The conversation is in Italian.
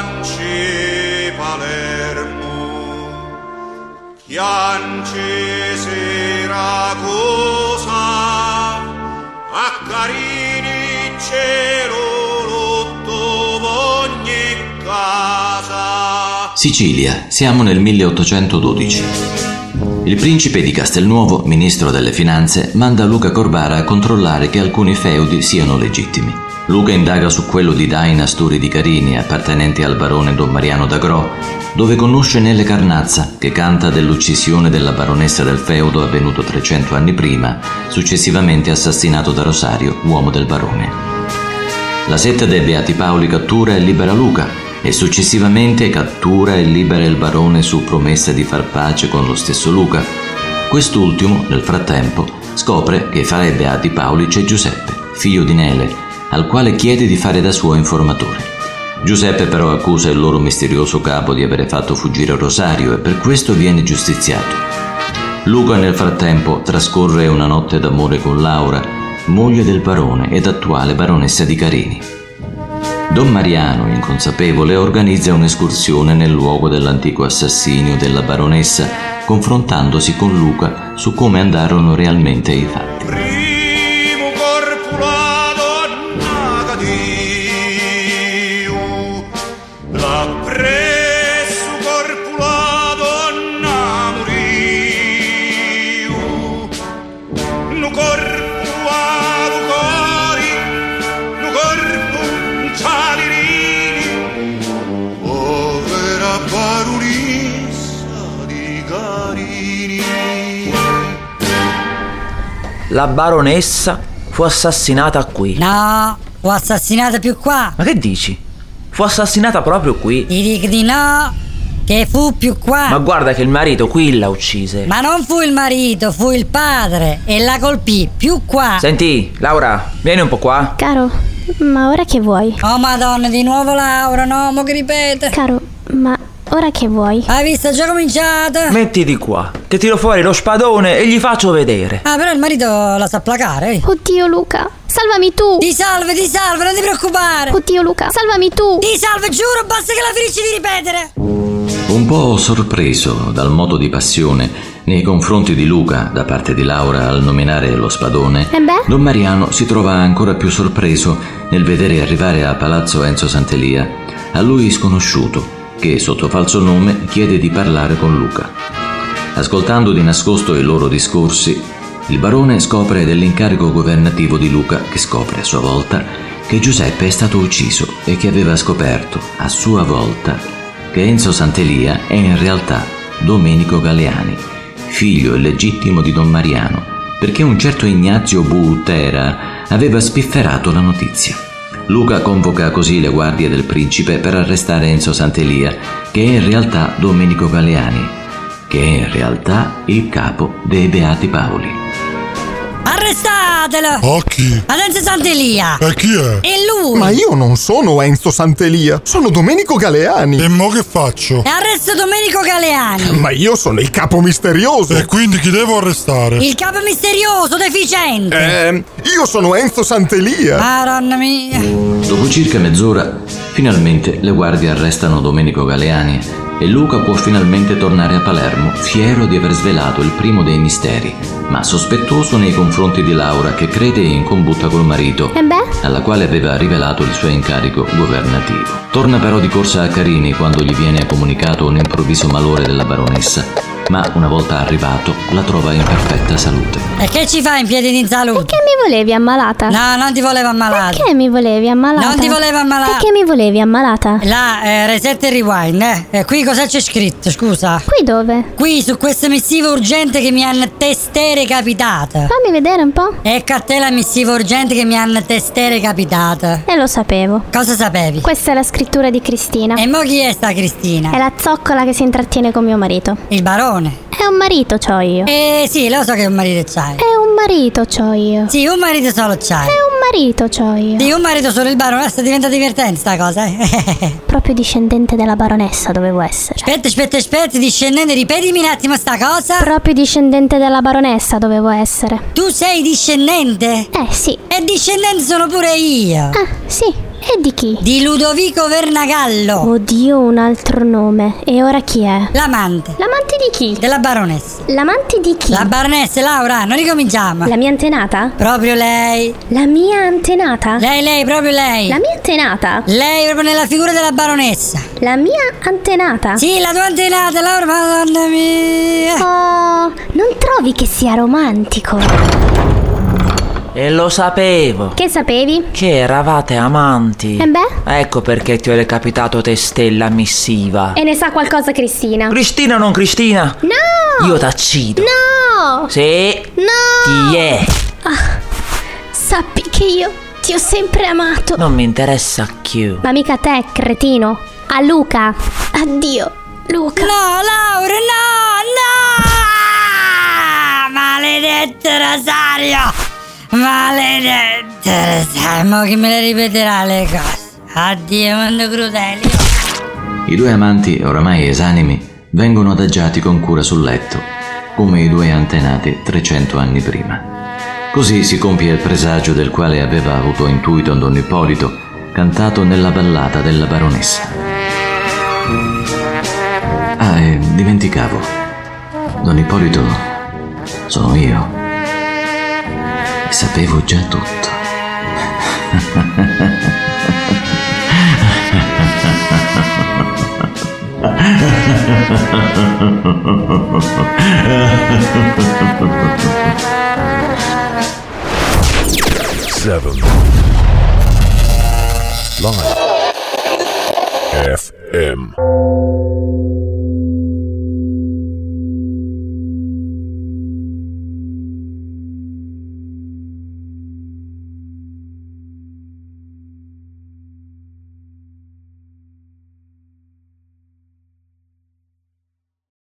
Chianci Palermo, Chianci Siracusa, a Carini cielo lotto ogni casa. Sicilia, siamo nel 1812. Il principe di Castelnuovo, ministro delle finanze, manda Luca Corbara a controllare che alcuni feudi siano legittimi. Luca indaga su quello di Daina Sturi di Carini, appartenente al barone Don Mariano d'Agro, dove conosce Nele Carnazza, che canta dell'uccisione della baronessa del feudo avvenuto 300 anni prima, successivamente assassinato da Rosario, uomo del barone. La setta dei Beati Paoli cattura e libera Luca e successivamente cattura e libera il barone su promessa di far pace con lo stesso Luca. Quest'ultimo, nel frattempo, scopre che fra i Beati Paoli c'è Giuseppe, figlio di Nele, al quale chiede di fare da suo informatore. Giuseppe però accusa il loro misterioso capo di avere fatto fuggire Rosario e per questo viene giustiziato. Luca nel frattempo trascorre una notte d'amore con Laura, moglie del barone ed attuale baronessa di Carini. Don Mariano, inconsapevole, organizza un'escursione nel luogo dell'antico assassinio della baronessa, confrontandosi con Luca su come andarono realmente i fatti. Primo corpo la donna cadio, la presso corpo la donna morio, no corpo a no cori, no corpo cialirini, povera baronessa di Carini. La baronessa fu assassinata qui. No, fu assassinata più qua. Ma che dici? Fu assassinata proprio qui. Ti dico di no, che fu più qua. Ma Ma, guarda che il marito qui la uccise. non fu il marito, fu il padre e la colpì più qua. Senti, Laura, vieni un po' qua. Caro, ma ora che vuoi? Oh madonna, di nuovo Laura, no, mo che ripete. Caro, ma ora che vuoi? Hai visto, è già cominciata. Mettiti qua, che tiro fuori lo spadone e gli faccio vedere. Ah, però il marito la sa placare. eh. Oddio Luca, salvami tu! Ti salve, ti salve, non ti preoccupare. Oddio Luca, salvami tu! Ti salve, giuro, basta che la finisci di ripetere. Un po' sorpreso dal modo di passione nei confronti di Luca da parte di Laura al nominare lo spadone, E beh? Don Mariano si trova ancora più sorpreso nel vedere arrivare a Palazzo Enzo Santelia, a lui sconosciuto, che sotto falso nome chiede di parlare con Luca. Ascoltando di nascosto i loro discorsi, il barone scopre dell'incarico governativo di Luca, che scopre a sua volta che Giuseppe è stato ucciso e che aveva scoperto, a sua volta, che Enzo Santelia è in realtà Domenico Galeani, figlio illegittimo di Don Mariano, perché un certo Ignazio Butera aveva spifferato la notizia. Luca convoca così le guardie del principe per arrestare Enzo Santelia, che è in realtà Domenico Galeani, che è in realtà il capo dei Beati Paoli. Arrestatelo. Occhi! Adenza Santelia. E chi è? E lui. Oh. Ma io non sono Enzo Santelia, sono Domenico Galeani. E mo che faccio? E arresto Domenico Galeani. Ma io sono il capo misterioso. E quindi chi devo Eh. arrestare? Il capo misterioso, deficiente. Ehm, io sono Enzo Santelia. Madonna mia. Dopo circa mezz'ora, finalmente le guardie arrestano Domenico Galeani e Luca può finalmente tornare a Palermo, fiero di aver svelato il primo dei misteri, ma sospettoso nei confronti di Laura che crede in combutta col marito. E beh? alla quale aveva rivelato il suo incarico governativo. Torna però di corsa a Carini quando gli viene comunicato un improvviso malore della baronessa, ma una volta arrivato la trova in perfetta salute. E che ci fai in piedi di salute? Che mi volevi ammalata? No, non ti voleva ammalare. Perché mi volevi ammalata? Non ti volevo ammalare. Perché mi volevi ammalata? Là, eh, reset e rewind, eh. E qui cosa c'è scritto, scusa? Qui dove? Qui su questa missiva urgente che mi hanno testere capitata. Fammi vedere un po'. Ecco a te la missiva urgente che mi hanno testere capitata. E lo sapevo. Cosa sapevi? Questa è la scrittura di Cristina. E mo chi è sta Cristina? È la zoccola che si intrattiene con mio marito. Il barone. È un marito, c'ho io. Eh sì, lo so che un marito c'hai. È un marito, c'ho io. Sì, un marito solo c'hai. È un marito, c'ho io. Sì, un marito solo il barone, adesso diventa divertente sta cosa, eh. Proprio discendente della baronessa dovevo essere. Aspetta, aspetta, aspetta, discendente, ripetimi un attimo sta cosa. Proprio discendente della baronessa dovevo essere. Tu sei discendente? Eh sì. E discendente sono pure io. Ah, sì. E di chi? di Ludovico Vernagallo, Oddio, un altro nome. E ora chi è? l'amante L'amante di chi? della baronessa. L'amante di chi? La baronessa Laura, non ricominciamo. La mia antenata? Proprio lei. La mia antenata? Lei, lei, proprio lei. La mia antenata? Lei proprio nella figura della baronessa. La mia antenata? Sì, la tua antenata, Laura, madonna mia. Oh, non trovi che sia romantico? E lo sapevo. Che sapevi? Che eravate amanti. E beh? Ecco perché ti ho recapitato te stella missiva. E ne sa qualcosa Cristina? Cristina non Cristina? No! Io t'accido. No! Sì. No! Chi è? Sappi che io ti ho sempre amato. Non mi interessa più. Ma mica a te, cretino. A Luca. Addio, Luca. No, Laura, no, no! Maledetto Rosario! Maledetto Rosario! Mo che me le ripeterà le cose. Addio, mondo crudele. I due amanti, oramai esanimi, vengono adagiati con cura sul letto, come i due antenati 300 anni prima. Così si compie il presagio del quale aveva avuto intuito Don Ippolito, cantato nella ballata della baronessa. Ah, e dimenticavo. Don Ippolito sono io. E sapevo già tutto. seven. Live. FM.